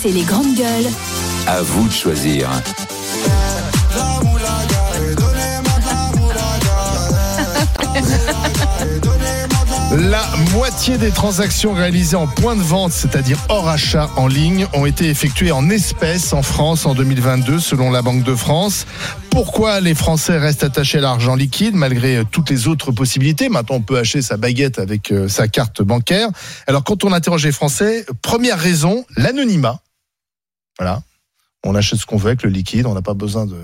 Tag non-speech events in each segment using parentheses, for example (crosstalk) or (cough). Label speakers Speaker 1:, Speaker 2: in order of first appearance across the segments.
Speaker 1: c'est les grandes gueules.
Speaker 2: À vous de choisir.
Speaker 3: La moitié des transactions réalisées en point de vente, c'est-à-dire hors achat en ligne, ont été effectuées en espèces en France en 2022 selon la Banque de France. Pourquoi les Français restent attachés à l'argent liquide malgré euh, toutes les autres possibilités Maintenant, on peut acheter sa baguette avec euh, sa carte bancaire. Alors, quand on interroge les Français, première raison, l'anonymat. Voilà, on achète ce qu'on veut avec le liquide, on n'a pas besoin de,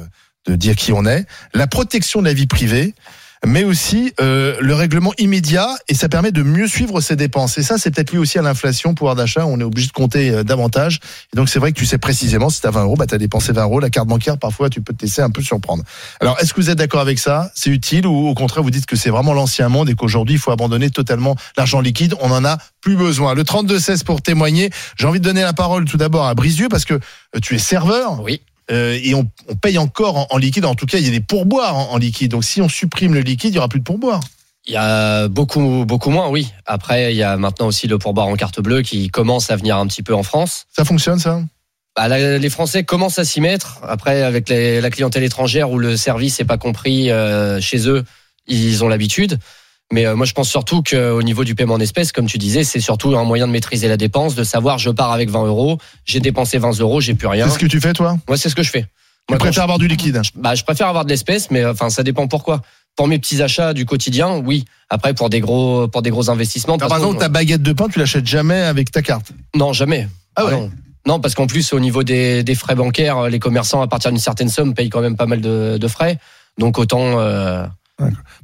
Speaker 3: de dire qui on est. La protection de la vie privée mais aussi euh, le règlement immédiat et ça permet de mieux suivre ses dépenses. Et ça, c'est peut-être lié aussi à l'inflation, pouvoir d'achat, on est obligé de compter euh, davantage. Et donc, c'est vrai que tu sais précisément, si tu as 20 euros, bah, tu as dépensé 20 euros. La carte bancaire, parfois, tu peux te laisser un peu surprendre. Alors, est-ce que vous êtes d'accord avec ça C'est utile ou au contraire, vous dites que c'est vraiment l'ancien monde et qu'aujourd'hui, il faut abandonner totalement l'argent liquide On en a plus besoin. Le 32-16 pour témoigner. J'ai envie de donner la parole tout d'abord à Brisieux parce que euh, tu es serveur.
Speaker 4: Oui.
Speaker 3: Euh, et on, on paye encore en, en liquide. En tout cas, il y a des pourboires en, en liquide. Donc, si on supprime le liquide, il n'y aura plus de pourboires.
Speaker 4: Il y a beaucoup, beaucoup moins, oui. Après, il y a maintenant aussi le pourboire en carte bleue qui commence à venir un petit peu en France.
Speaker 3: Ça fonctionne, ça
Speaker 4: Bah, la- les Français commencent à s'y mettre. Après, avec les- la clientèle étrangère où le service n'est pas compris euh, chez eux, ils ont l'habitude. Mais euh, moi, je pense surtout qu'au niveau du paiement en espèces, comme tu disais, c'est surtout un moyen de maîtriser la dépense, de savoir je pars avec 20 euros, j'ai dépensé 20 euros, j'ai plus rien.
Speaker 3: C'est ce que tu fais, toi
Speaker 4: Moi, c'est ce que je fais.
Speaker 3: Tu
Speaker 4: Moi, quand
Speaker 3: préfères avoir du liquide
Speaker 4: Bah, je préfère avoir de l'espèce, mais euh, enfin, ça dépend pourquoi. Pour mes petits achats du quotidien, oui. Après, pour des gros, pour des gros investissements, de
Speaker 3: Alors, Par
Speaker 4: toute façon,
Speaker 5: hein
Speaker 3: exemple, ta baguette de pain, tu l'achètes jamais avec ta carte.
Speaker 4: non, jamais.
Speaker 3: Ah ouais.
Speaker 4: non. Non, parce qu'en plus, au niveau des, des frais bancaires, euh, les commerçants, à partir d'une certaine somme, payent quand même pas mal de, de frais. Donc, autant euh,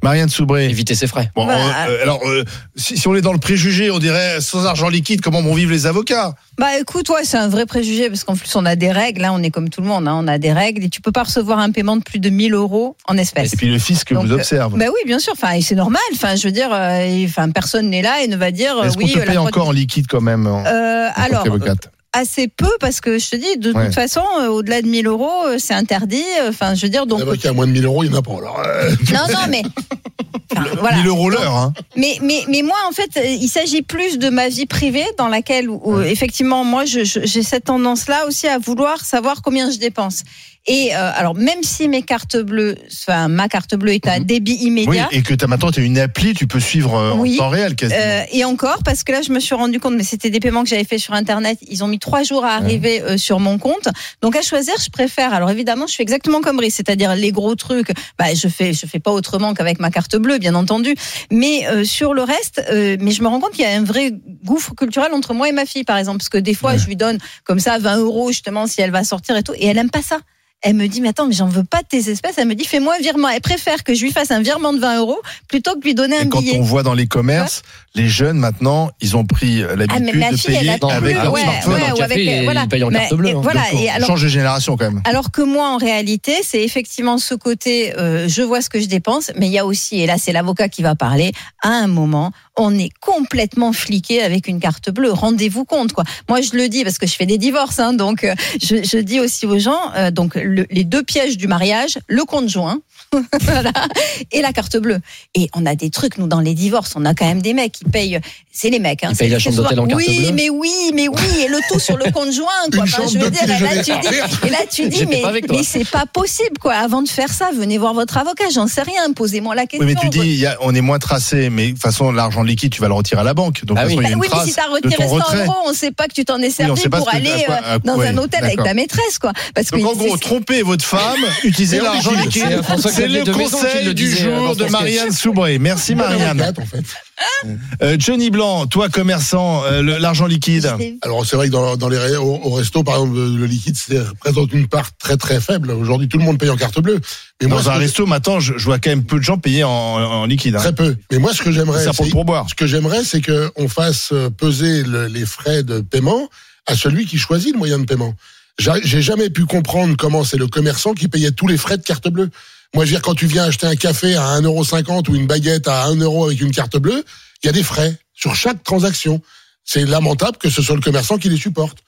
Speaker 3: Marianne Soubré.
Speaker 4: éviter ces frais.
Speaker 3: Bon,
Speaker 6: Bah,
Speaker 3: on- euh, alors, euh, si, si on est dans le préjugé, on dirait sans argent liquide, comment vont vivre les avocats
Speaker 6: Bah écoute, ouais, c'est un vrai préjugé parce qu'en plus on a des règles, hein, on est comme tout le monde, hein, on a des règles et tu peux pas recevoir un paiement de plus de 1000 euros en espèces.
Speaker 3: Et puis le fisc
Speaker 6: Bah, Donc,
Speaker 3: vous
Speaker 6: euh,
Speaker 3: observe.
Speaker 6: Bah oui, bien sûr, enfin, et c'est normal, enfin, je veux dire, euh, et- enfin, personne n'est là et ne va dire euh,
Speaker 3: Est-ce qu'on
Speaker 6: oui,
Speaker 3: te
Speaker 6: euh, la
Speaker 3: paye
Speaker 6: fraude-
Speaker 3: encore en liquide quand même en- en tant
Speaker 6: Euh, alors,
Speaker 3: qu'avocate
Speaker 6: assez peu parce que je te dis, de
Speaker 3: Ouais.
Speaker 6: toute façon, euh, au-delà de 1000 euros, euh, c'est interdit, euh, enfin, je veux dire, donc.
Speaker 5: L'avocat à moins de 1000 euros, il n'y en a pas. Alors, euh,
Speaker 6: Non, non, mais. Enfin, voilà.
Speaker 3: 1000 euros l'heure, hein.
Speaker 6: Mais, mais, mais moi, en fait, euh, il s'agit plus de ma vie privée dans laquelle, où, où, effectivement, moi, je- je- j'ai cette tendance-là aussi à vouloir savoir combien je dépense. Et euh, alors, même si mes cartes bleues, enfin, ma carte bleue est à débit
Speaker 3: Oui,
Speaker 6: immédiat.
Speaker 3: et que t'as, maintenant, tu as une appli, tu peux suivre euh,
Speaker 6: Oui.
Speaker 3: en temps réel quasiment.
Speaker 6: euh, et encore, parce que là, je me suis rendu compte, mais c'était des paiements que j'avais fait sur Internet. Ils ont mis trois jours à arriver euh, sur mon compte. Donc, à choisir, je préfère. Alors, évidemment, je suis exactement comme Brice, c'est-à-dire les gros trucs. Bah, je fais, je fais pas autrement qu'avec ma carte bleue, bien entendu. Mais euh, sur le reste, euh, mais je me rends compte qu'il y a un vrai gouffre culturel entre moi et ma fille, par exemple, parce que des fois, je lui donne comme ça 20 euros justement si elle va sortir et tout, et elle aime pas ça. Elle me dit, mais attends, mais j'en veux pas de tes espèces. Elle me dit, fais-moi un virement. Elle préfère que je lui fasse un virement de 20 euros plutôt que de lui donner un
Speaker 3: Et quand
Speaker 6: billet.
Speaker 3: on voit dans les commerces, les jeunes maintenant, ils ont pris euh,
Speaker 6: Ah, mais
Speaker 3: l'habitude
Speaker 6: ma
Speaker 3: de
Speaker 6: fille,
Speaker 3: payer
Speaker 6: elle a plus,
Speaker 3: avec leur
Speaker 6: ouais,
Speaker 3: smartphone.
Speaker 6: ouais,
Speaker 4: Dans le
Speaker 6: ou
Speaker 4: café,
Speaker 6: avec, euh,
Speaker 4: ils
Speaker 6: voilà.
Speaker 4: payent en
Speaker 6: Mais-
Speaker 4: carte bleue,
Speaker 6: et
Speaker 4: hein.
Speaker 6: voilà,
Speaker 3: Donc,
Speaker 6: et
Speaker 3: on
Speaker 6: alors,
Speaker 3: change de génération quand même.
Speaker 6: alors que moi, en réalité, c'est effectivement ce côté, euh, je vois ce que je dépense, mais il y a aussi, et là, c'est l'avocat qui va parler, à un moment, on est complètement fliqué avec une carte bleue. Rendez-vous compte, quoi. Moi, je le dis parce que je fais des divorces, hein, donc euh, je, je dis aussi aux gens, euh, donc le- les deux pièges du mariage, le conjoint. (laughs) voilà, et la carte bleue. Et on a des trucs, nous, dans les divorces, on a quand même des mecs qui payent. C'est les mecs. Hein,
Speaker 4: Ils payent la
Speaker 6: c'est-
Speaker 4: chambre
Speaker 6: c'est
Speaker 4: d'hôtel en
Speaker 6: souvent-
Speaker 4: carte
Speaker 6: Oui,
Speaker 4: bleue.
Speaker 6: mais oui, mais oui. Et le tout sur le conjoint,
Speaker 5: une
Speaker 6: quoi. Enfin,
Speaker 5: chambre
Speaker 6: je veux
Speaker 5: de
Speaker 6: dire,
Speaker 5: petit
Speaker 6: là, tu
Speaker 5: déjeuner.
Speaker 6: dis,
Speaker 5: Ah, merde.
Speaker 6: et là, tu dis,
Speaker 4: J'étais
Speaker 6: mais,
Speaker 4: pas avec toi.
Speaker 6: mais c'est pas possible, quoi. Avant de faire ça, venez voir votre avocat, j'en sais rien, posez-moi la question.
Speaker 3: Oui, mais tu dis, il y a- on est moins tracé, mais de toute façon, l'argent liquide, tu vas le retirer à la banque. Donc,
Speaker 4: Ah
Speaker 3: de toute façon, il
Speaker 4: oui.
Speaker 3: y a
Speaker 6: Bah oui,
Speaker 3: une
Speaker 6: mais si
Speaker 3: trace
Speaker 6: t'as
Speaker 3: de
Speaker 6: retiré
Speaker 3: ton
Speaker 6: 100
Speaker 3: retrait.
Speaker 6: euros, on sait pas que tu t'en es servi
Speaker 3: sait pas
Speaker 6: pour
Speaker 3: ce que-
Speaker 6: aller
Speaker 3: à quoi-
Speaker 6: euh,
Speaker 3: à
Speaker 6: dans
Speaker 3: quoi-
Speaker 6: un hôtel avec
Speaker 3: d'accord.
Speaker 6: ta maîtresse, quoi. Parce
Speaker 3: Donc,
Speaker 6: que
Speaker 3: en gros,
Speaker 6: c'est- (laughs)
Speaker 3: trompez votre femme, utilisez
Speaker 5: C'est
Speaker 3: l'argent
Speaker 5: François
Speaker 3: liquide.
Speaker 4: Xavier
Speaker 3: C'est le
Speaker 4: de Maison qui
Speaker 3: conseil
Speaker 4: le
Speaker 3: du
Speaker 4: disait, euh, dans
Speaker 3: jour
Speaker 4: son
Speaker 3: de
Speaker 4: sketch.
Speaker 3: Marianne Soubré. Merci,
Speaker 5: bonne
Speaker 3: Marianne.
Speaker 5: avocate, en fait.
Speaker 3: Euh, Johnny Blanc, toi, commerçant, euh, le- l'argent liquide.
Speaker 6: c'est-
Speaker 5: Alors, c'est vrai que dans, dans les ré- au, au resto, par exemple, le le liquide c'est- représente une part très très faible. Aujourd'hui, tout le monde paye en carte bleue. Mais
Speaker 3: Dans
Speaker 5: ce
Speaker 3: un
Speaker 5: que-
Speaker 3: resto, maintenant, je, je vois quand même peu de gens payer en, en liquide. hein.
Speaker 5: Très peu. Mais moi, ce que j'aimerais,
Speaker 3: Ça pour
Speaker 5: c'est-
Speaker 3: le pourboire.
Speaker 5: ce que j'aimerais, c'est que on fasse euh, peser le- les frais de paiement à celui qui choisit le moyen de paiement. J'a- J'ai jamais pu comprendre comment c'est le commerçant qui payait tous les frais de carte bleue. Moi, je veux dire, quand tu viens acheter un café à 1,50€ ou une baguette à 1€ avec une carte bleue, il y a des frais sur chaque transaction. C'est lamentable que ce soit le commerçant qui les supporte.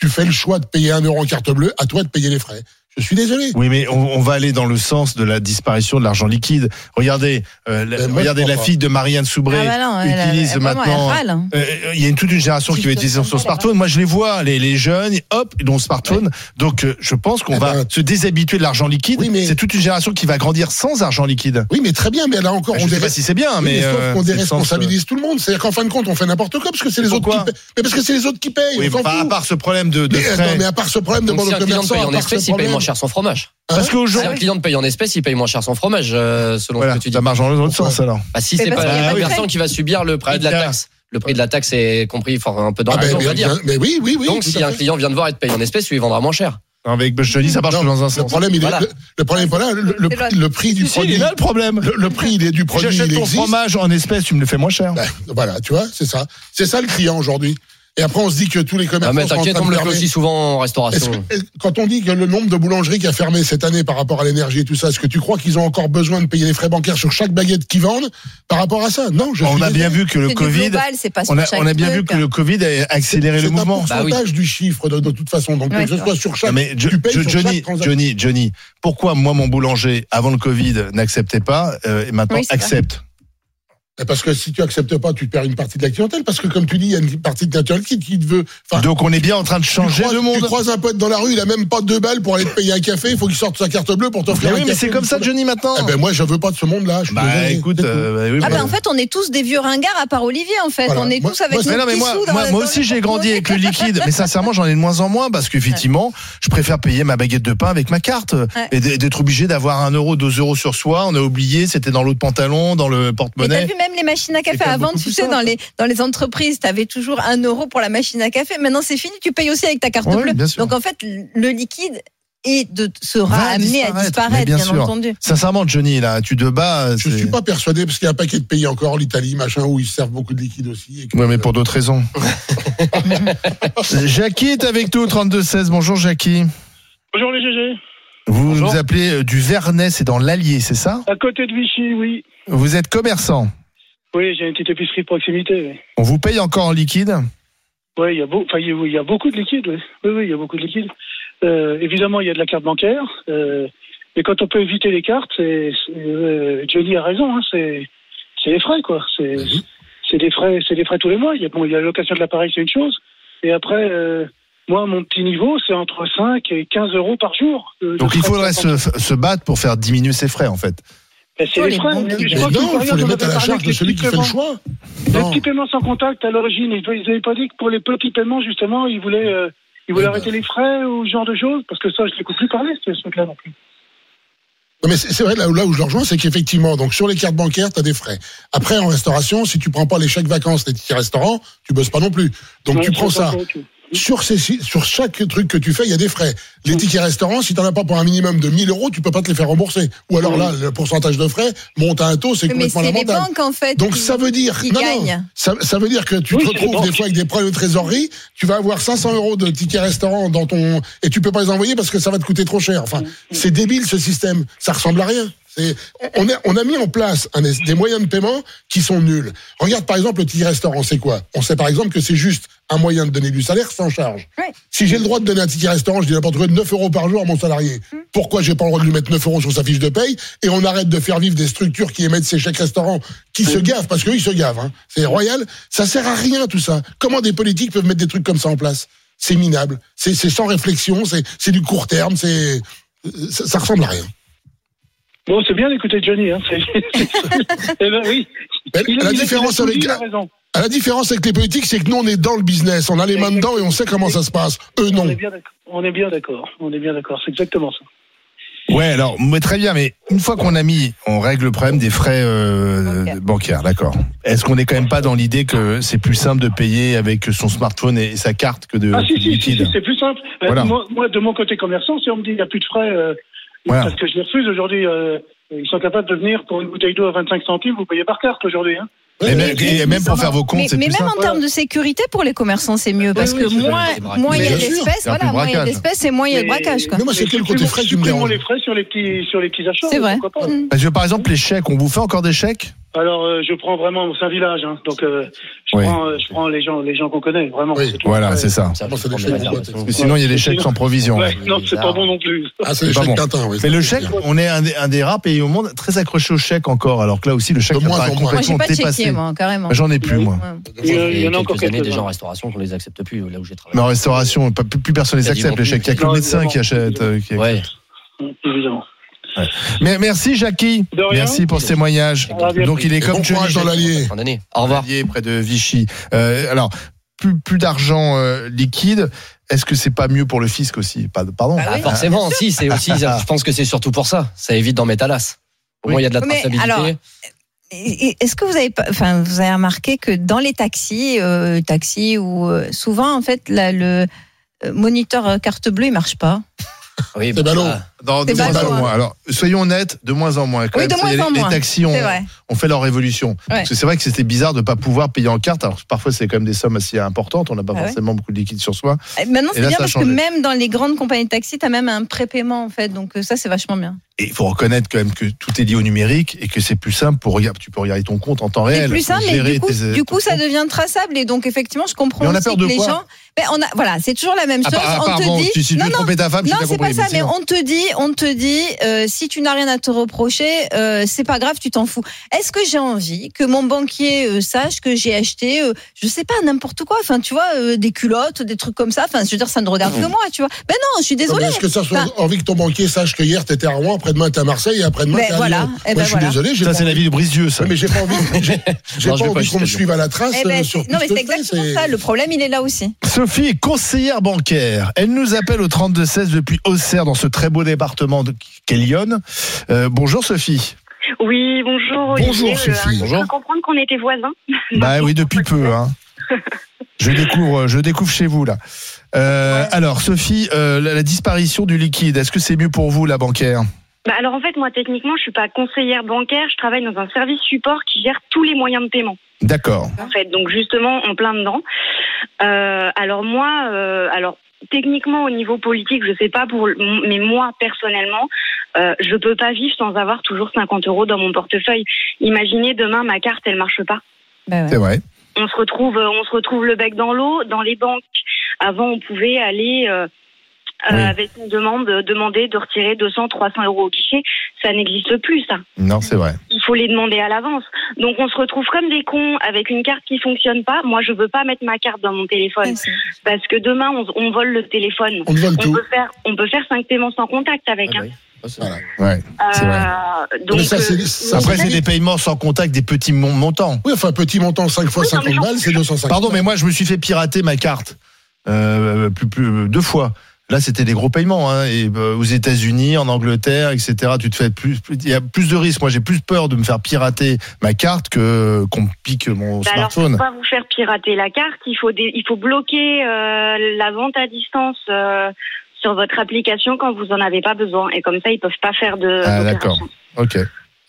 Speaker 5: Tu fais le choix de payer 1€ en carte bleue, à toi de payer les frais. Je suis désolé.
Speaker 3: Oui, mais on, on va aller dans le sens de la disparition de l'argent liquide. Regardez, euh, la-
Speaker 5: Euh, moi,
Speaker 3: regardez
Speaker 5: je
Speaker 3: la
Speaker 5: comprends
Speaker 3: fille de Marianne Soubré
Speaker 6: Ah bah non, elle-
Speaker 3: utilise
Speaker 6: elle- vraiment,
Speaker 3: maintenant.
Speaker 6: elle râle, hein.
Speaker 3: Euh, Il y a une, toute une génération qui va
Speaker 6: TikTok,
Speaker 3: utiliser son
Speaker 6: elle
Speaker 3: smartphone. Moi, je les vois, les, les jeunes, hop, ils ont le smartphone. Donc, euh, je pense qu'on
Speaker 5: Eh
Speaker 3: va
Speaker 5: ben,
Speaker 3: se déshabituer de l'argent liquide.
Speaker 5: Oui, mais-
Speaker 3: C'est toute une génération qui va grandir sans argent liquide.
Speaker 5: Oui, mais très bien, mais là encore,
Speaker 3: Bah, je
Speaker 5: on
Speaker 3: sais pas
Speaker 5: déra-
Speaker 3: si c'est bien,
Speaker 5: Oui,
Speaker 3: mais,
Speaker 5: mais sauf
Speaker 3: euh,
Speaker 5: qu'on
Speaker 3: c'est le sens,
Speaker 5: déresponsabilise tout le monde. C'est-à-dire qu'en fin de compte, on fait n'importe quoi parce que c'est les autres
Speaker 3: Pourquoi
Speaker 5: qui payent. Mais parce que c'est les autres qui payent.
Speaker 3: Oui,
Speaker 5: on s'en
Speaker 3: enfin, à
Speaker 5: fout.
Speaker 3: part ce problème de, de
Speaker 5: mais,
Speaker 3: frais.
Speaker 5: attends, mais euh, à part ce problème de
Speaker 4: Donc,
Speaker 5: bande
Speaker 4: si un client paye en
Speaker 5: à part ce
Speaker 4: espèces, il paye
Speaker 5: problème-
Speaker 4: moins cher son fromage.
Speaker 3: Parce
Speaker 4: Si un
Speaker 3: qu'aujourd'hui,
Speaker 4: client paye en espèces, il paye moins cher son fromage, euh, selon
Speaker 3: voilà,
Speaker 4: ce que tu dis.
Speaker 3: ça marche dans l'autre
Speaker 5: Pourquoi
Speaker 3: sens alors.
Speaker 4: Bah, si
Speaker 6: Mais
Speaker 4: c'est
Speaker 6: parce
Speaker 4: pas
Speaker 6: qu'il y a
Speaker 4: la
Speaker 6: pas de
Speaker 4: personne
Speaker 6: frais.
Speaker 4: qui va subir le prix de la
Speaker 3: Tiens.
Speaker 4: taxe. Le prix de la taxe est compris, enfin, un peu dans
Speaker 5: Ah,
Speaker 4: la
Speaker 5: ben,
Speaker 4: raison, on
Speaker 5: bien-
Speaker 4: va dire.
Speaker 5: bien- mais oui, oui, oui.
Speaker 4: Donc,
Speaker 5: tout
Speaker 4: si
Speaker 5: à
Speaker 4: un
Speaker 5: fait.
Speaker 4: client vient de voir et te paye en espèces, lui, il vendra moins cher.
Speaker 3: Non, mais je te dis, ça marche
Speaker 5: Non,
Speaker 3: que dans un
Speaker 5: Le
Speaker 3: sens.
Speaker 5: problème, il est,
Speaker 4: Voilà.
Speaker 5: le, le problème est pas là. Le, le-
Speaker 6: C'est loin.
Speaker 5: le prix du
Speaker 3: Si, si, il
Speaker 5: produit,
Speaker 3: est là le problème.
Speaker 5: le, le prix il est du produit,
Speaker 3: J'achète
Speaker 5: il
Speaker 3: ton
Speaker 5: existe.
Speaker 3: fromage en espèces, tu me le fais moins cher.
Speaker 5: Ben, voilà, tu vois, c'est ça. C'est ça le client aujourd'hui. Et après, on se dit que tous les
Speaker 4: Ah,
Speaker 5: commerçants
Speaker 4: mais
Speaker 5: sont en
Speaker 4: t'inquiète,
Speaker 5: train
Speaker 4: on
Speaker 5: de
Speaker 4: me le fait
Speaker 5: fermer.
Speaker 4: aussi souvent en
Speaker 5: Est-ce
Speaker 4: restauration.
Speaker 5: que- quand on dit que le nombre de boulangeries qui a fermé cette année par rapport à l'énergie et tout ça, est-ce que tu crois qu'ils ont encore besoin de payer les frais bancaires sur chaque baguette qu'ils vendent par rapport à ça Non, je
Speaker 3: Bah, On
Speaker 5: suis
Speaker 3: a bien
Speaker 5: désolé.
Speaker 3: vu que le
Speaker 6: C'est du
Speaker 3: Covid,
Speaker 6: global, c'est pas sur
Speaker 3: on a,
Speaker 6: chaque
Speaker 3: on a bien vu
Speaker 6: truc.
Speaker 3: que le Covid a accéléré
Speaker 5: C'est
Speaker 3: le
Speaker 5: un
Speaker 3: mouvement.
Speaker 4: Bah oui.
Speaker 5: pourcentage du chiffre de, de toute façon. Donc
Speaker 6: Ouais,
Speaker 5: que ce
Speaker 6: c'est
Speaker 5: soit sur chaque,
Speaker 3: Non, mais Jo-
Speaker 5: tu payes
Speaker 3: Jo-
Speaker 5: sur
Speaker 3: Johnny,
Speaker 5: chaque transaction.
Speaker 3: Johnny, Johnny, pourquoi moi mon boulanger avant le Covid n'acceptait pas euh, et maintenant
Speaker 6: Oui, c'est vrai.
Speaker 3: accepte
Speaker 5: Et Parce que si tu acceptes pas, tu perds une partie de la clientèle. Parce que comme tu dis, il y a une partie de la clientèle qui, qui te veut. Enfin,
Speaker 3: Donc on est bien en train de
Speaker 5: tu
Speaker 3: changer
Speaker 5: croises-
Speaker 3: le
Speaker 5: Tu
Speaker 3: monde.
Speaker 5: croises un pote dans la rue, il a même pas deux balles pour aller te payer un café. Il faut qu'il sorte sa carte bleue pour
Speaker 3: Mais
Speaker 5: t'offrir un
Speaker 3: oui, mais
Speaker 5: café.
Speaker 3: c'est comme ça Johnny maintenant.
Speaker 5: Eh ben moi, je veux pas de ce monde-là. je suis
Speaker 3: bah
Speaker 5: désolé.
Speaker 3: écoute,
Speaker 5: C'est tout.
Speaker 3: euh, bah oui,
Speaker 6: Ah
Speaker 3: bah,
Speaker 6: ben en fait on est tous des vieux ringards à part Olivier en fait
Speaker 5: Voilà.
Speaker 6: on est
Speaker 5: Moi-
Speaker 6: tous avec
Speaker 5: moi,
Speaker 6: nos
Speaker 3: Mais non, mais
Speaker 6: petits
Speaker 3: moi,
Speaker 6: sous dans
Speaker 3: moi,
Speaker 6: la-
Speaker 3: moi
Speaker 6: dans
Speaker 3: aussi,
Speaker 6: le
Speaker 3: j'ai grandi
Speaker 6: porte-monnaie. (laughs)
Speaker 3: avec le liquide. Mais sincèrement, j'en ai de moins en moins parce qu'effectivement, je préfère payer ma baguette de pain avec ma carte et d- d'être obligé d'avoir un euro, deux euros sur soi. On a oublié, c'était dans l'autre pantalon, dans le
Speaker 6: Mais t'as
Speaker 3: porte-monnaie.
Speaker 6: vu même les machines à café
Speaker 5: quand même
Speaker 6: avant,
Speaker 5: beaucoup
Speaker 6: tu
Speaker 5: plus
Speaker 6: sais,
Speaker 5: simple.
Speaker 6: dans les, dans les entreprises, t'avais toujours un euro pour la machine à café. Maintenant, c'est fini, tu payes aussi avec ta carte
Speaker 3: Ouais,
Speaker 6: bleue.
Speaker 3: bien sûr.
Speaker 6: Donc, en fait, le liquide est de, sera
Speaker 3: Va
Speaker 6: amené à
Speaker 3: disparaître, mais
Speaker 6: disparaître,
Speaker 3: bien
Speaker 6: bien,
Speaker 3: sûr.
Speaker 6: entendu.
Speaker 3: Sincèrement, Johnny, là, tu te bats.
Speaker 5: Je
Speaker 3: c'est-
Speaker 5: suis pas persuadé parce qu'il y a un paquet de pays encore, l'Italie, machin, où ils servent beaucoup de liquide aussi. et que-
Speaker 3: Ouais, mais pour d'autres
Speaker 5: (laughs)
Speaker 3: raisons. Jackie est avec nous, au 32-16. Bonjour, Jackie.
Speaker 1: Bonjour les GG.
Speaker 3: Vous
Speaker 1: Bonjour.
Speaker 3: nous appelez euh, du Vernet, c'est dans l'Allier, c'est ça
Speaker 1: À côté de Vichy, oui.
Speaker 3: Vous êtes commerçant.
Speaker 1: Oui, j'ai une petite épicerie de proximité. Oui,
Speaker 3: On vous paye encore en liquide
Speaker 1: Ouais, il y, a beau- enfin, il y a- oui, il y a beaucoup de liquide. Oui, oui, oui, il y a beaucoup de liquide. Euh, évidemment, il y a de la carte bancaire. euh, mais quand on peut éviter les cartes, c'est, c'est- euh, Johnny a raison. hein, c'est, c'est les frais, quoi. C'est,
Speaker 5: Mhm.
Speaker 1: c'est des frais, c'est des frais tous les mois. Il y a, bon, il y a la location de l'appareil, c'est une chose. Et après, euh, moi, mon petit niveau, c'est entre 5 et 15 euros par jour. euh, de
Speaker 3: Donc il
Speaker 1: frais de
Speaker 3: faudrait
Speaker 1: compte.
Speaker 3: se, se battre pour faire diminuer ses frais, en fait.
Speaker 1: Ben, c'est
Speaker 6: Oh,
Speaker 1: les
Speaker 6: les
Speaker 1: frais.
Speaker 6: bons
Speaker 1: mais
Speaker 6: prix.
Speaker 5: Mais
Speaker 1: je crois qu'une
Speaker 5: non,
Speaker 1: fois,
Speaker 5: il faut
Speaker 1: on
Speaker 5: les
Speaker 1: avait
Speaker 5: mettre à la
Speaker 1: parlé
Speaker 5: charge
Speaker 1: que
Speaker 5: de
Speaker 1: les
Speaker 5: celui qui fait le
Speaker 1: paiements-
Speaker 5: choix.
Speaker 1: Les
Speaker 5: Non.
Speaker 1: petits paiements sans contact, à l'origine, ils ils avaient pas dit que pour les petits paiements, justement, ils voulaient, euh, ils voulaient
Speaker 5: Oui,
Speaker 1: arrêter les frais ou ce genre de choses Parce que ça, je ne l'écoute plus parler, ce ce truc-là non plus.
Speaker 5: Non, mais c'est c'est vrai, là, où- là où je le rejoins, c'est qu'effectivement, donc sur les cartes bancaires, tu as des frais. Après, en restauration, si tu prends pas les chèques vacances, les tickets restaurants, tu bosses pas non plus. Donc
Speaker 1: Ouais,
Speaker 5: tu prends
Speaker 1: c'est pas
Speaker 5: ça.
Speaker 1: pour tout.
Speaker 5: Sur, ces, six- sur chaque truc que tu fais, il y a des frais. Les tickets restaurants, si tu as pas pour un minimum de 1000 euros, tu peux pas te les faire rembourser. Ou alors là, le pourcentage de frais monte à un taux, c'est
Speaker 6: Mais
Speaker 5: complètement
Speaker 6: c'est les
Speaker 5: lamentable.
Speaker 6: banques, en fait.
Speaker 5: Donc
Speaker 6: qui-
Speaker 5: ça veut dire,
Speaker 6: qui
Speaker 5: non, non,
Speaker 6: gagnent.
Speaker 5: ça, ça veut dire que tu
Speaker 1: Oui,
Speaker 5: te
Speaker 1: c'est les
Speaker 5: retrouves des
Speaker 1: banques.
Speaker 5: fois avec des problèmes de trésorerie, tu vas avoir 500 euros de tickets restaurant dans ton et tu peux pas les envoyer parce que ça va te coûter trop cher. Enfin,
Speaker 1: Mm-hmm.
Speaker 5: c'est débile ce système, ça ressemble à rien. C'est- On a, on a mis en place un es- des moyens de paiement qui sont nuls. Regarde par exemple le ticket restaurant, c'est quoi On sait par exemple que c'est juste un moyen de donner du salaire sans charge.
Speaker 6: Ouais.
Speaker 5: Si j'ai le droit de donner un ticket restaurant, je dis n'importe quoi, 9 euros par jour à mon salarié. Pourquoi j'ai pas le droit de lui mettre 9 euros sur sa fiche de paye et on arrête de faire vivre des structures qui émettent ces chèques restaurants qui se gavent parce qu'eux ils se gavent. Hein. C'est royal. Ça sert à rien tout ça. Comment des politiques peuvent mettre des trucs comme ça en place C'est minable. C'est c'est sans réflexion. C'est c'est du court terme. C'est euh, ça, ça ressemble à rien.
Speaker 1: Bon, c'est bien d'écouter Johnny. Hein, c'est- (laughs) Eh ben oui.
Speaker 5: Mais
Speaker 1: Il a-
Speaker 5: la
Speaker 1: il a-
Speaker 5: différence
Speaker 1: il a tout
Speaker 5: avec-
Speaker 1: dit, il a raison.
Speaker 5: À la différence avec les politiques, c'est que nous on est dans le business, on a les mains dedans et on sait comment ça se passe. Eux
Speaker 1: On
Speaker 5: non.
Speaker 1: est bien d'accord. On est bien d'accord. On est bien d'accord. C'est exactement ça.
Speaker 3: Ouais, alors, mais très bien, mais une fois qu'on a mis, on règle le problème des frais euh,
Speaker 6: Bancaires.
Speaker 3: bancaires, d'accord. Est-ce qu'on n'est quand même pas dans l'idée que c'est plus simple de payer avec son smartphone et sa carte que
Speaker 5: Euh,
Speaker 3: de
Speaker 1: Ah
Speaker 3: que
Speaker 1: si,
Speaker 3: de
Speaker 1: si, si,
Speaker 3: liquide
Speaker 1: si, c'est plus simple. Euh,
Speaker 3: Voilà.
Speaker 1: Moi, moi, de mon côté commerçant, si on me dit qu'il n'y a plus de frais, euh,
Speaker 3: Voilà.
Speaker 1: parce que je les refuse aujourd'hui, euh, ils sont capables de venir pour une bouteille d'eau à 25 centimes, vous payez par carte aujourd'hui. Hein.
Speaker 3: Et même,
Speaker 6: Mais-
Speaker 3: et même
Speaker 6: mais-
Speaker 3: pour faire vos comptes,
Speaker 6: mais,
Speaker 3: c'est
Speaker 6: mais
Speaker 3: plus
Speaker 6: même
Speaker 3: simple.
Speaker 6: en termes de sécurité pour les commerçants, c'est mieux parce
Speaker 1: oui,
Speaker 6: que
Speaker 1: c'est
Speaker 6: moins,
Speaker 4: vrai.
Speaker 6: moins il y a
Speaker 5: Bien sûr,
Speaker 6: d'espèces,
Speaker 3: c'est un peu
Speaker 6: voilà, moins il y a
Speaker 3: braquage.
Speaker 6: d'espèces et moins il y a de braquage. Quoi.
Speaker 5: Mais moi c'est
Speaker 1: Mais
Speaker 5: que le côté
Speaker 1: supprimons-
Speaker 5: frais qui me
Speaker 1: supprimons
Speaker 5: dérange.
Speaker 1: les frais sur les petits, sur les petits achats.
Speaker 6: C'est vrai.
Speaker 1: pourquoi pas.
Speaker 6: Mm.
Speaker 3: Parce que par exemple, les chèques, on vous fait encore des chèques
Speaker 1: Alors, euh, je prends vraiment, c'est un village, hein, donc euh, je,
Speaker 3: Oui.
Speaker 1: prends, euh, je prends les gens, les gens qu'on connaît, vraiment.
Speaker 5: Oui.
Speaker 1: c'est tout.
Speaker 3: Voilà, c'est ça.
Speaker 4: Ça,
Speaker 5: Bon,
Speaker 4: je
Speaker 5: c'est
Speaker 4: prends
Speaker 5: des
Speaker 4: mes
Speaker 5: choses,
Speaker 4: réservations.
Speaker 3: Parce que sinon, il y a les chèques sans provision.
Speaker 1: Ouais, non, c'est pas
Speaker 4: bizarre.
Speaker 1: bon non plus.
Speaker 5: Ah,
Speaker 3: C'est
Speaker 5: c'est le
Speaker 3: pas
Speaker 5: chèque
Speaker 3: bon.
Speaker 5: Tintin, oui.
Speaker 3: Mais
Speaker 5: ça,
Speaker 3: le
Speaker 5: c'est
Speaker 3: chèque,
Speaker 5: bien.
Speaker 3: on est un des, un des rares pays au monde très accroché au chèque encore, alors que là aussi, le chèque
Speaker 5: De moins en
Speaker 3: apparaît
Speaker 5: moins.
Speaker 6: Moi,
Speaker 3: complètement
Speaker 6: j'ai pas
Speaker 3: dépassé.
Speaker 6: checké, moi, carrément.
Speaker 3: J'en ai plus, moi.
Speaker 6: Ouais.
Speaker 1: Il y, a-
Speaker 4: Il
Speaker 1: il y en a encore
Speaker 4: quelques années
Speaker 1: quelques-uns.
Speaker 4: déjà en restauration qu'on les accepte plus là où j'ai travaillé.
Speaker 3: Mais en restauration, pas- plus, plus personne les
Speaker 4: Quasiment
Speaker 3: accepte, les
Speaker 4: plus.
Speaker 3: chèques. Il n'y a que le
Speaker 1: Non,
Speaker 3: médecin qui
Speaker 1: évidemment.
Speaker 3: achète. euh, qui-
Speaker 4: Ouais.
Speaker 1: Évidemment.
Speaker 3: Mais merci, Jackie.
Speaker 1: De rien.
Speaker 3: Merci pour ce témoignage.
Speaker 1: Ah, bien
Speaker 3: Donc, il est
Speaker 5: Et
Speaker 3: comme
Speaker 5: bon
Speaker 3: Johnny
Speaker 5: courage dans
Speaker 3: Jackie.
Speaker 5: l'allier.
Speaker 4: Fin d'année. Au revoir.
Speaker 3: Allier près de Vichy. Euh, alors, plus, plus d'argent euh, liquide, est-ce que c'est pas mieux pour le fisc aussi Pas- Pardon.
Speaker 6: Bah
Speaker 4: Ah,
Speaker 6: oui.
Speaker 4: forcément, si, c'est aussi.
Speaker 5: Ah.
Speaker 4: Je pense que c'est surtout pour ça. Ça évite d'en mettre à l'as. Au
Speaker 3: Oui.
Speaker 4: moins, il y a de la
Speaker 6: Mais
Speaker 4: traçabilité.
Speaker 6: alors, Et- et Est-ce que vous avez, pas- enfin, vous avez remarqué que dans les taxis, euh, taxis ou euh, souvent en fait, là, le euh, moniteur euh, carte bleue, il marche pas.
Speaker 4: oui,
Speaker 5: c'est
Speaker 4: bah,
Speaker 5: ballot.
Speaker 4: ça,
Speaker 3: Dans- de
Speaker 6: C'est
Speaker 3: moins
Speaker 6: pas
Speaker 3: en
Speaker 6: loin.
Speaker 3: moins. Alors, soyons honnêtes, de moins en moins. Quand
Speaker 6: Oui, de
Speaker 3: même, ça y est,
Speaker 6: moins en
Speaker 3: les, les
Speaker 6: moins.
Speaker 3: taxis ont,
Speaker 6: C'est vrai.
Speaker 3: ont fait leur révolution. Parce que c'est vrai que c'était bizarre de ne pas pouvoir payer en carte. Alors, parfois, c'est quand même des sommes assez importantes. On n'a pas
Speaker 6: Ah ouais.
Speaker 3: forcément beaucoup de liquide sur soi.
Speaker 6: Et Maintenant,
Speaker 3: Et
Speaker 6: c'est
Speaker 3: là,
Speaker 6: bien
Speaker 3: ça a
Speaker 6: parce que
Speaker 3: changé.
Speaker 6: même dans les grandes compagnies de taxis, t'as même un prépaiement en fait, donc euh, ça, c'est vachement bien.
Speaker 3: Et il faut reconnaître quand même que tout est lié au numérique et que c'est plus simple pour regarder. Tu peux regarder ton compte en temps réel.
Speaker 6: C'est plus simple, mais
Speaker 3: gérer
Speaker 6: du coup,
Speaker 3: tes-
Speaker 6: du coup,
Speaker 3: ton
Speaker 6: ça
Speaker 3: compte.
Speaker 6: devient traçable. Et donc, effectivement, je comprends
Speaker 3: Mais on a
Speaker 6: aussi
Speaker 3: peur
Speaker 6: que
Speaker 3: de
Speaker 6: les
Speaker 3: quoi
Speaker 6: gens. Ben, on a, voilà, c'est toujours la même
Speaker 3: Ah,
Speaker 6: chose.
Speaker 3: par- ah,
Speaker 6: on
Speaker 3: pardon,
Speaker 6: te dit.
Speaker 3: si, si tu
Speaker 6: non,
Speaker 3: veux
Speaker 6: non,
Speaker 3: tromper ta
Speaker 5: Ah,
Speaker 3: femme,
Speaker 6: non,
Speaker 3: j'ai
Speaker 6: c'est pas
Speaker 3: compris,
Speaker 6: ça. Mais
Speaker 3: sinon.
Speaker 6: on te dit, on te dit, euh, si tu n'as rien à te reprocher, euh, c'est pas grave, tu t'en fous. Est-ce que j'ai envie que mon banquier euh, sache que j'ai acheté, euh, je sais pas, n'importe quoi. Enfin, tu vois, euh, des culottes, des trucs comme ça. Enfin, je veux dire, ça ne regarde que moi, tu vois. Ben non, je suis
Speaker 5: Non, mais
Speaker 6: désolée.
Speaker 5: Est-ce que ça,
Speaker 6: Bah-
Speaker 5: soit envie que ton banquier sache que hier t'étais à Rouen, après-demain t'es à Marseille et après-demain
Speaker 6: Ben
Speaker 5: t'es à
Speaker 6: voilà, eh
Speaker 5: Lyon Moi,
Speaker 6: ben
Speaker 5: je suis
Speaker 6: voilà.
Speaker 5: désolé, j'ai
Speaker 3: Ça,
Speaker 5: pas
Speaker 3: c'est la vie de Brizieux, ça.
Speaker 5: Oui, mais j'ai
Speaker 3: (laughs)
Speaker 5: pas envie, j'ai j'ai
Speaker 4: Non, je
Speaker 5: pas
Speaker 4: vais pas
Speaker 5: envie qu'on
Speaker 4: jusqu'à
Speaker 5: me suive à la trace.
Speaker 6: Eh ben,
Speaker 5: euh,
Speaker 6: c'est-
Speaker 5: sur
Speaker 6: non, mais
Speaker 5: Piste
Speaker 6: c'est
Speaker 5: T,
Speaker 6: exactement
Speaker 5: c'est-
Speaker 6: ça. Le problème, il est là aussi.
Speaker 3: Sophie est conseillère bancaire. Elle nous appelle au 32-16 depuis Auxerre, dans ce très beau département de- qu'est Lyon. Euh, bonjour Sophie.
Speaker 7: Oui, bonjour. Olivier.
Speaker 5: Bonjour,
Speaker 7: Euh,
Speaker 5: Sophie.
Speaker 7: Je
Speaker 3: Bonjour.
Speaker 7: peux comprendre qu'on était voisins.
Speaker 3: Bah oui, depuis peu. Hein. Je découvre, je découvre chez vous là. Euh, alors Sophie, euh, la, la disparition du liquide, est-ce que c'est mieux pour vous la bancaire
Speaker 7: Bah, alors en fait, moi techniquement, je suis pas conseillère bancaire. Je travaille dans un service support qui gère tous les moyens de paiement.
Speaker 3: D'accord.
Speaker 7: En fait, donc justement, en plein dedans. Euh, alors moi, euh, alors techniquement au niveau politique, je sais pas pour, le- mais moi personnellement, euh, je peux pas vivre sans avoir toujours 50 euros dans mon portefeuille. Imaginez demain ma carte, elle marche pas.
Speaker 6: Ben ouais.
Speaker 3: C'est vrai.
Speaker 7: on se retrouve euh, on se retrouve le bec dans l'eau dans les banques avant on pouvait aller euh, euh,
Speaker 3: Oui.
Speaker 7: avec une demande euh, demander de retirer 200 300 euros au guichet ça n'existe plus ça
Speaker 3: Non, c'est vrai.
Speaker 7: il faut les demander à l'avance donc on se retrouve comme des cons avec une carte qui fonctionne pas moi je veux pas mettre ma carte dans mon téléphone parce que demain on, on vole le téléphone
Speaker 5: On te vole
Speaker 7: on
Speaker 5: tout.
Speaker 7: peut faire on peut faire cinq paiements sans contact
Speaker 4: Ah
Speaker 7: avec
Speaker 4: bah
Speaker 7: hein.
Speaker 5: Voilà.
Speaker 3: Ouais. c'est vrai.
Speaker 7: Euh, donc
Speaker 5: Mais ça, c'est-
Speaker 7: euh,
Speaker 5: ça,
Speaker 3: Après,
Speaker 7: oui,
Speaker 3: c'est des paiements sans contact, des petits mon- montants.
Speaker 5: Oui, enfin, petit montant, 5 fois
Speaker 7: Oui, non, mais
Speaker 5: 50 balles, c'est 250.
Speaker 3: Pardon, mais moi, je me suis fait pirater ma carte euh, plus, plus deux fois. Là, c'était des gros paiements. hein, et euh, aux États-Unis, en Angleterre, etc. Tu te fais plus, plus- il y a plus de risques. Moi, j'ai plus peur de me faire pirater ma carte que qu'on me pique mon
Speaker 7: Bah alors,
Speaker 3: smartphone.
Speaker 7: pour pas vous faire pirater la carte, il faut, dé- il faut bloquer euh, la vente à distance euh, sur votre application quand vous en avez pas besoin. Et comme ça, ils peuvent pas faire de.
Speaker 3: Ah,
Speaker 7: d'opération.
Speaker 3: d'accord. Ok.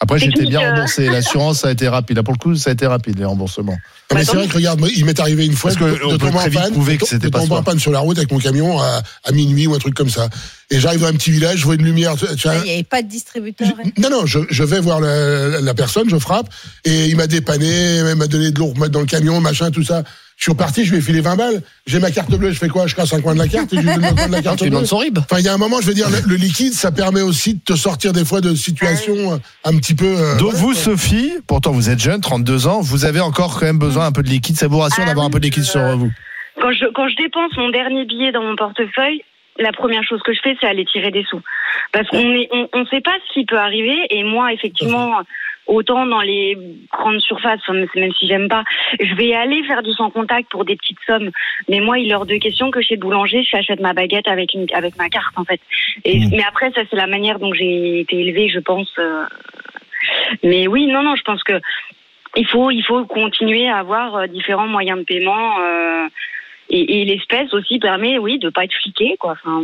Speaker 3: Après,
Speaker 7: Technique,
Speaker 3: j'étais bien
Speaker 7: euh. (laughs)
Speaker 3: remboursé. L'assurance, ça a été rapide. Là, pour le coup, ça a été rapide les remboursements.
Speaker 5: Non, mais
Speaker 7: Bah,
Speaker 5: c'est
Speaker 7: tant
Speaker 5: vrai
Speaker 7: mieux.
Speaker 5: que regarde, moi, il m'est arrivé une fois
Speaker 3: Parce que
Speaker 5: de-
Speaker 3: on
Speaker 5: de
Speaker 3: peut
Speaker 5: tomber
Speaker 3: très
Speaker 5: en
Speaker 3: vite
Speaker 5: panne,
Speaker 3: prouver que
Speaker 5: de-
Speaker 3: c'était
Speaker 5: de
Speaker 3: pas
Speaker 5: tomber
Speaker 3: soi.
Speaker 5: en panne sur la route avec mon camion à, à minuit ou un truc comme ça. Et j'arrive à un petit village, je vois une lumière. tu- tu vois,
Speaker 6: Il n'y avait pas de distributeur. hein.
Speaker 5: non, non, je, je vais voir la, la personne, je frappe, et il m'a dépanné, il m'a donné de l'eau, remettre dans le camion, machin, tout ça. Je suis reparti, je lui ai filé 20 balles. J'ai ma carte bleue, je fais quoi Je casse un coin de la carte et je lui donne
Speaker 3: (laughs)
Speaker 5: le coin de la carte
Speaker 4: Tu
Speaker 5: bleue.
Speaker 4: demandes son rib
Speaker 5: Enfin, il y a un moment, je veux dire, le, le liquide, ça permet aussi de te sortir des fois de situations euh, un petit peu. euh,
Speaker 3: Donc vous, Sophie, pourtant vous êtes jeune, 32 ans, vous avez encore quand même besoin un peu de liquide. Ça vous rassure
Speaker 7: Mm. Ah
Speaker 3: d'avoir un
Speaker 7: oui,
Speaker 3: peu de liquide sur
Speaker 7: euh,
Speaker 3: vous
Speaker 7: Quand je, quand je dépense mon dernier billet dans mon portefeuille, la première chose que je fais, c'est aller tirer des sous. Parce qu'on ne on, on sait pas ce qui peut arriver. Et moi, effectivement, autant dans les grandes surfaces, même même si j'aime pas, je vais aller faire du sans contact pour des petites sommes. Mais moi, il est hors de question que chez le boulanger, j'achète ma baguette avec, une, avec ma carte, en fait. Et,
Speaker 3: Mm.
Speaker 7: Mais après, ça, c'est la manière dont j'ai été élevée, je pense. euh. Mais oui, non, non, je pense que il faut, il faut continuer à avoir euh, différents moyens de paiement. euh, et, et l'espèce aussi permet, oui, de pas être fliqué, quoi. Enfin,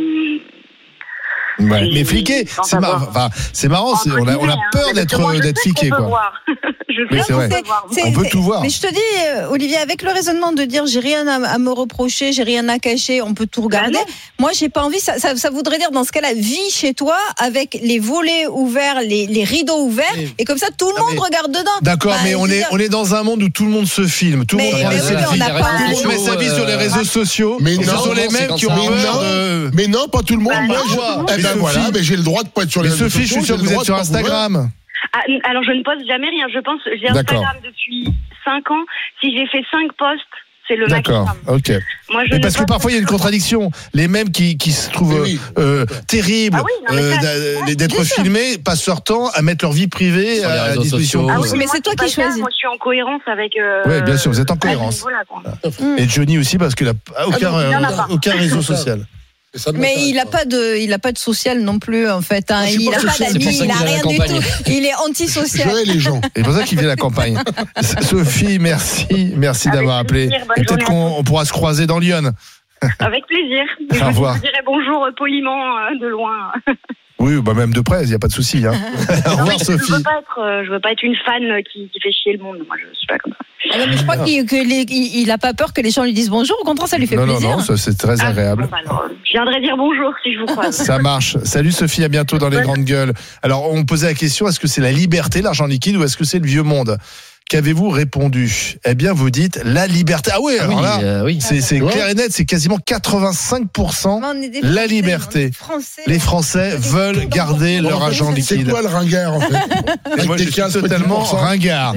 Speaker 3: Ouais.
Speaker 7: Et-
Speaker 3: Mais fliqué,
Speaker 7: enfin,
Speaker 3: c'est marrant.
Speaker 7: voir.
Speaker 3: Enfin, c'est marrant. Oh, c'est- On a, on a
Speaker 7: Entre
Speaker 3: peur
Speaker 7: guillemets,
Speaker 3: d'être euh,
Speaker 7: hein, parce que moi, je
Speaker 3: d'être
Speaker 7: sais qu'on
Speaker 3: fliqué,
Speaker 7: peut
Speaker 3: quoi.
Speaker 7: voir. (laughs) je
Speaker 3: Oui,
Speaker 7: sais
Speaker 3: c'est
Speaker 7: qu'on
Speaker 3: vrai.
Speaker 7: peut voir.
Speaker 6: C'est-
Speaker 3: On peut
Speaker 6: c'est-
Speaker 3: tout voir.
Speaker 6: Mais je te dis, euh, Olivier, avec le raisonnement de dire j'ai rien à, à me reprocher, j'ai rien à cacher, on peut tout regarder.
Speaker 7: Bah non.
Speaker 6: Moi, j'ai pas envie. Ça, ça, ça voudrait dire dans ce cas-là, vis chez toi avec les volets ouverts, les, les rideaux ouverts,
Speaker 4: Oui.
Speaker 6: et comme ça, tout le
Speaker 4: Non,
Speaker 6: monde
Speaker 4: mais-
Speaker 6: regarde dedans.
Speaker 3: D'accord,
Speaker 6: Bah,
Speaker 3: mais
Speaker 6: je
Speaker 3: on
Speaker 6: veux
Speaker 3: est,
Speaker 6: dire-
Speaker 3: on est dans un monde où tout le monde se filme, tout le
Speaker 6: Mais-
Speaker 3: monde
Speaker 6: mais
Speaker 3: regarde
Speaker 6: oui,
Speaker 3: ses
Speaker 6: mais on
Speaker 3: films,
Speaker 6: n'a pas-
Speaker 3: tout le monde met sa vie sur les réseaux sociaux.
Speaker 5: Mais
Speaker 3: et ce
Speaker 5: non,
Speaker 3: sont les
Speaker 4: c'est
Speaker 3: mêmes
Speaker 4: comme
Speaker 3: qui
Speaker 4: ça.
Speaker 3: ont
Speaker 5: Mais
Speaker 3: peur
Speaker 5: non.
Speaker 3: de.
Speaker 5: Mais non, pas tout le monde.
Speaker 7: Bah,
Speaker 5: moi,
Speaker 7: non,
Speaker 5: je-
Speaker 7: tout le monde.
Speaker 5: Eh ben
Speaker 3: Mais
Speaker 5: voilà,
Speaker 3: Sophie-
Speaker 5: mais j'ai le droit de pas être sur les
Speaker 3: Mais
Speaker 5: réseaux
Speaker 3: Sophie, je suis
Speaker 5: sociaux,
Speaker 3: sûr que
Speaker 5: j'ai
Speaker 3: vous
Speaker 5: le
Speaker 3: êtes
Speaker 5: droit
Speaker 3: sur
Speaker 5: de pas vous voir.
Speaker 3: Instagram.
Speaker 7: Ah, alors je ne poste jamais rien. Je pense j'ai
Speaker 3: D'accord.
Speaker 7: Instagram depuis 5 ans. Si j'ai fait 5 posts, c'est le
Speaker 3: D'accord,
Speaker 7: maximum.
Speaker 3: ok.
Speaker 7: Moi, je
Speaker 3: Mais
Speaker 7: ne
Speaker 3: parce que
Speaker 7: poste-
Speaker 3: parfois il y a une contradiction. Les mêmes qui, qui se trouvent
Speaker 5: Mais Eh oui.
Speaker 3: euh, euh, terribles
Speaker 7: Ah oui, non, mais
Speaker 3: euh,
Speaker 7: ça,
Speaker 3: d'a- d'être
Speaker 6: bien sûr.
Speaker 3: filmés, passent leur temps à mettre leur vie privée
Speaker 4: Sur
Speaker 3: à,
Speaker 4: les
Speaker 3: la
Speaker 4: réseaux
Speaker 3: disposition. de
Speaker 4: sociaux.
Speaker 7: Ah
Speaker 3: tous.
Speaker 7: oui,
Speaker 6: Mais
Speaker 7: moi,
Speaker 6: c'est toi
Speaker 7: je suis
Speaker 6: qui
Speaker 7: pas
Speaker 6: choisis.
Speaker 7: ça. Moi, je suis en cohérence avec. euh,
Speaker 3: Ouais, bien sûr, vous êtes en
Speaker 7: à ce
Speaker 3: cohérence.
Speaker 7: niveau-là, quoi.
Speaker 3: Et Johnny aussi parce qu'il a p- aucun,
Speaker 5: non,
Speaker 7: il y en a
Speaker 3: euh,
Speaker 7: pas.
Speaker 3: aucun réseau social.
Speaker 5: Et ça ne
Speaker 6: Mais
Speaker 5: m'intéresse
Speaker 6: il n'a pas de, il a pas de social non plus en fait. hein.
Speaker 5: Je
Speaker 6: Il
Speaker 5: pense
Speaker 6: n'a
Speaker 5: que
Speaker 6: pas
Speaker 5: c'est-
Speaker 4: c'est pour
Speaker 6: d'amis,
Speaker 4: ça
Speaker 6: il n'a
Speaker 4: qu'il est à la
Speaker 6: rien du
Speaker 4: campagne.
Speaker 6: tout. Il est
Speaker 5: Je
Speaker 6: antisocial.
Speaker 5: hais les gens.
Speaker 3: C'est pour ça qu'il vient à la
Speaker 7: (laughs)
Speaker 3: campagne. Sophie, merci, merci
Speaker 7: Avec
Speaker 3: d'avoir appelé.
Speaker 7: plaisir, bonne
Speaker 3: Et peut-être
Speaker 7: journée à
Speaker 3: qu'on on pourra se croiser dans Lyon.
Speaker 7: Avec
Speaker 3: (laughs)
Speaker 7: plaisir. Je
Speaker 3: revoir.
Speaker 7: vous dirai bonjour euh, poliment euh, de loin.
Speaker 3: Oui, bah même de près, il n'y a pas de souci.
Speaker 7: (laughs)
Speaker 3: hein. Au
Speaker 7: Non, mais
Speaker 3: revoir
Speaker 7: je- Je veux
Speaker 3: Sophie.
Speaker 7: pas être, euh, je veux pas être une fan euh, qui, qui fait chier le monde. Moi, je suis pas comme ça.
Speaker 6: Ah non, mais je crois qu'il que les- il- il a pas peur que les gens lui disent bonjour. Au contraire, ça lui fait
Speaker 3: Non, non,
Speaker 6: plaisir.
Speaker 3: non, ça, c'est très
Speaker 7: Ah,
Speaker 3: agréable.
Speaker 7: bon, bah, alors, euh, je viendrai dire bonjour si je vous croise.
Speaker 3: Ça marche. Salut Sophie, à bientôt dans les grandes gueules. Alors, on posait la question est-ce que c'est la liberté, l'argent liquide, ou est-ce que c'est le vieux monde Qu'avez-vous répondu Eh bien, vous dites la liberté. Ah oui,
Speaker 4: Ah
Speaker 3: alors
Speaker 4: oui,
Speaker 3: là,
Speaker 4: euh, oui.
Speaker 3: c'est c'est clair et net, c'est quasiment 85%.
Speaker 6: Mais on est des
Speaker 3: La
Speaker 6: Français,
Speaker 3: liberté.
Speaker 6: on est Français.
Speaker 3: Les Français veulent garder leur argent
Speaker 5: C'est
Speaker 3: liquide.
Speaker 5: quoi le ringard en fait
Speaker 3: Et moi, je
Speaker 5: Avec des
Speaker 3: suis
Speaker 5: 15
Speaker 7: hein.
Speaker 3: totalement
Speaker 4: Eh,
Speaker 5: totalement
Speaker 3: ringard.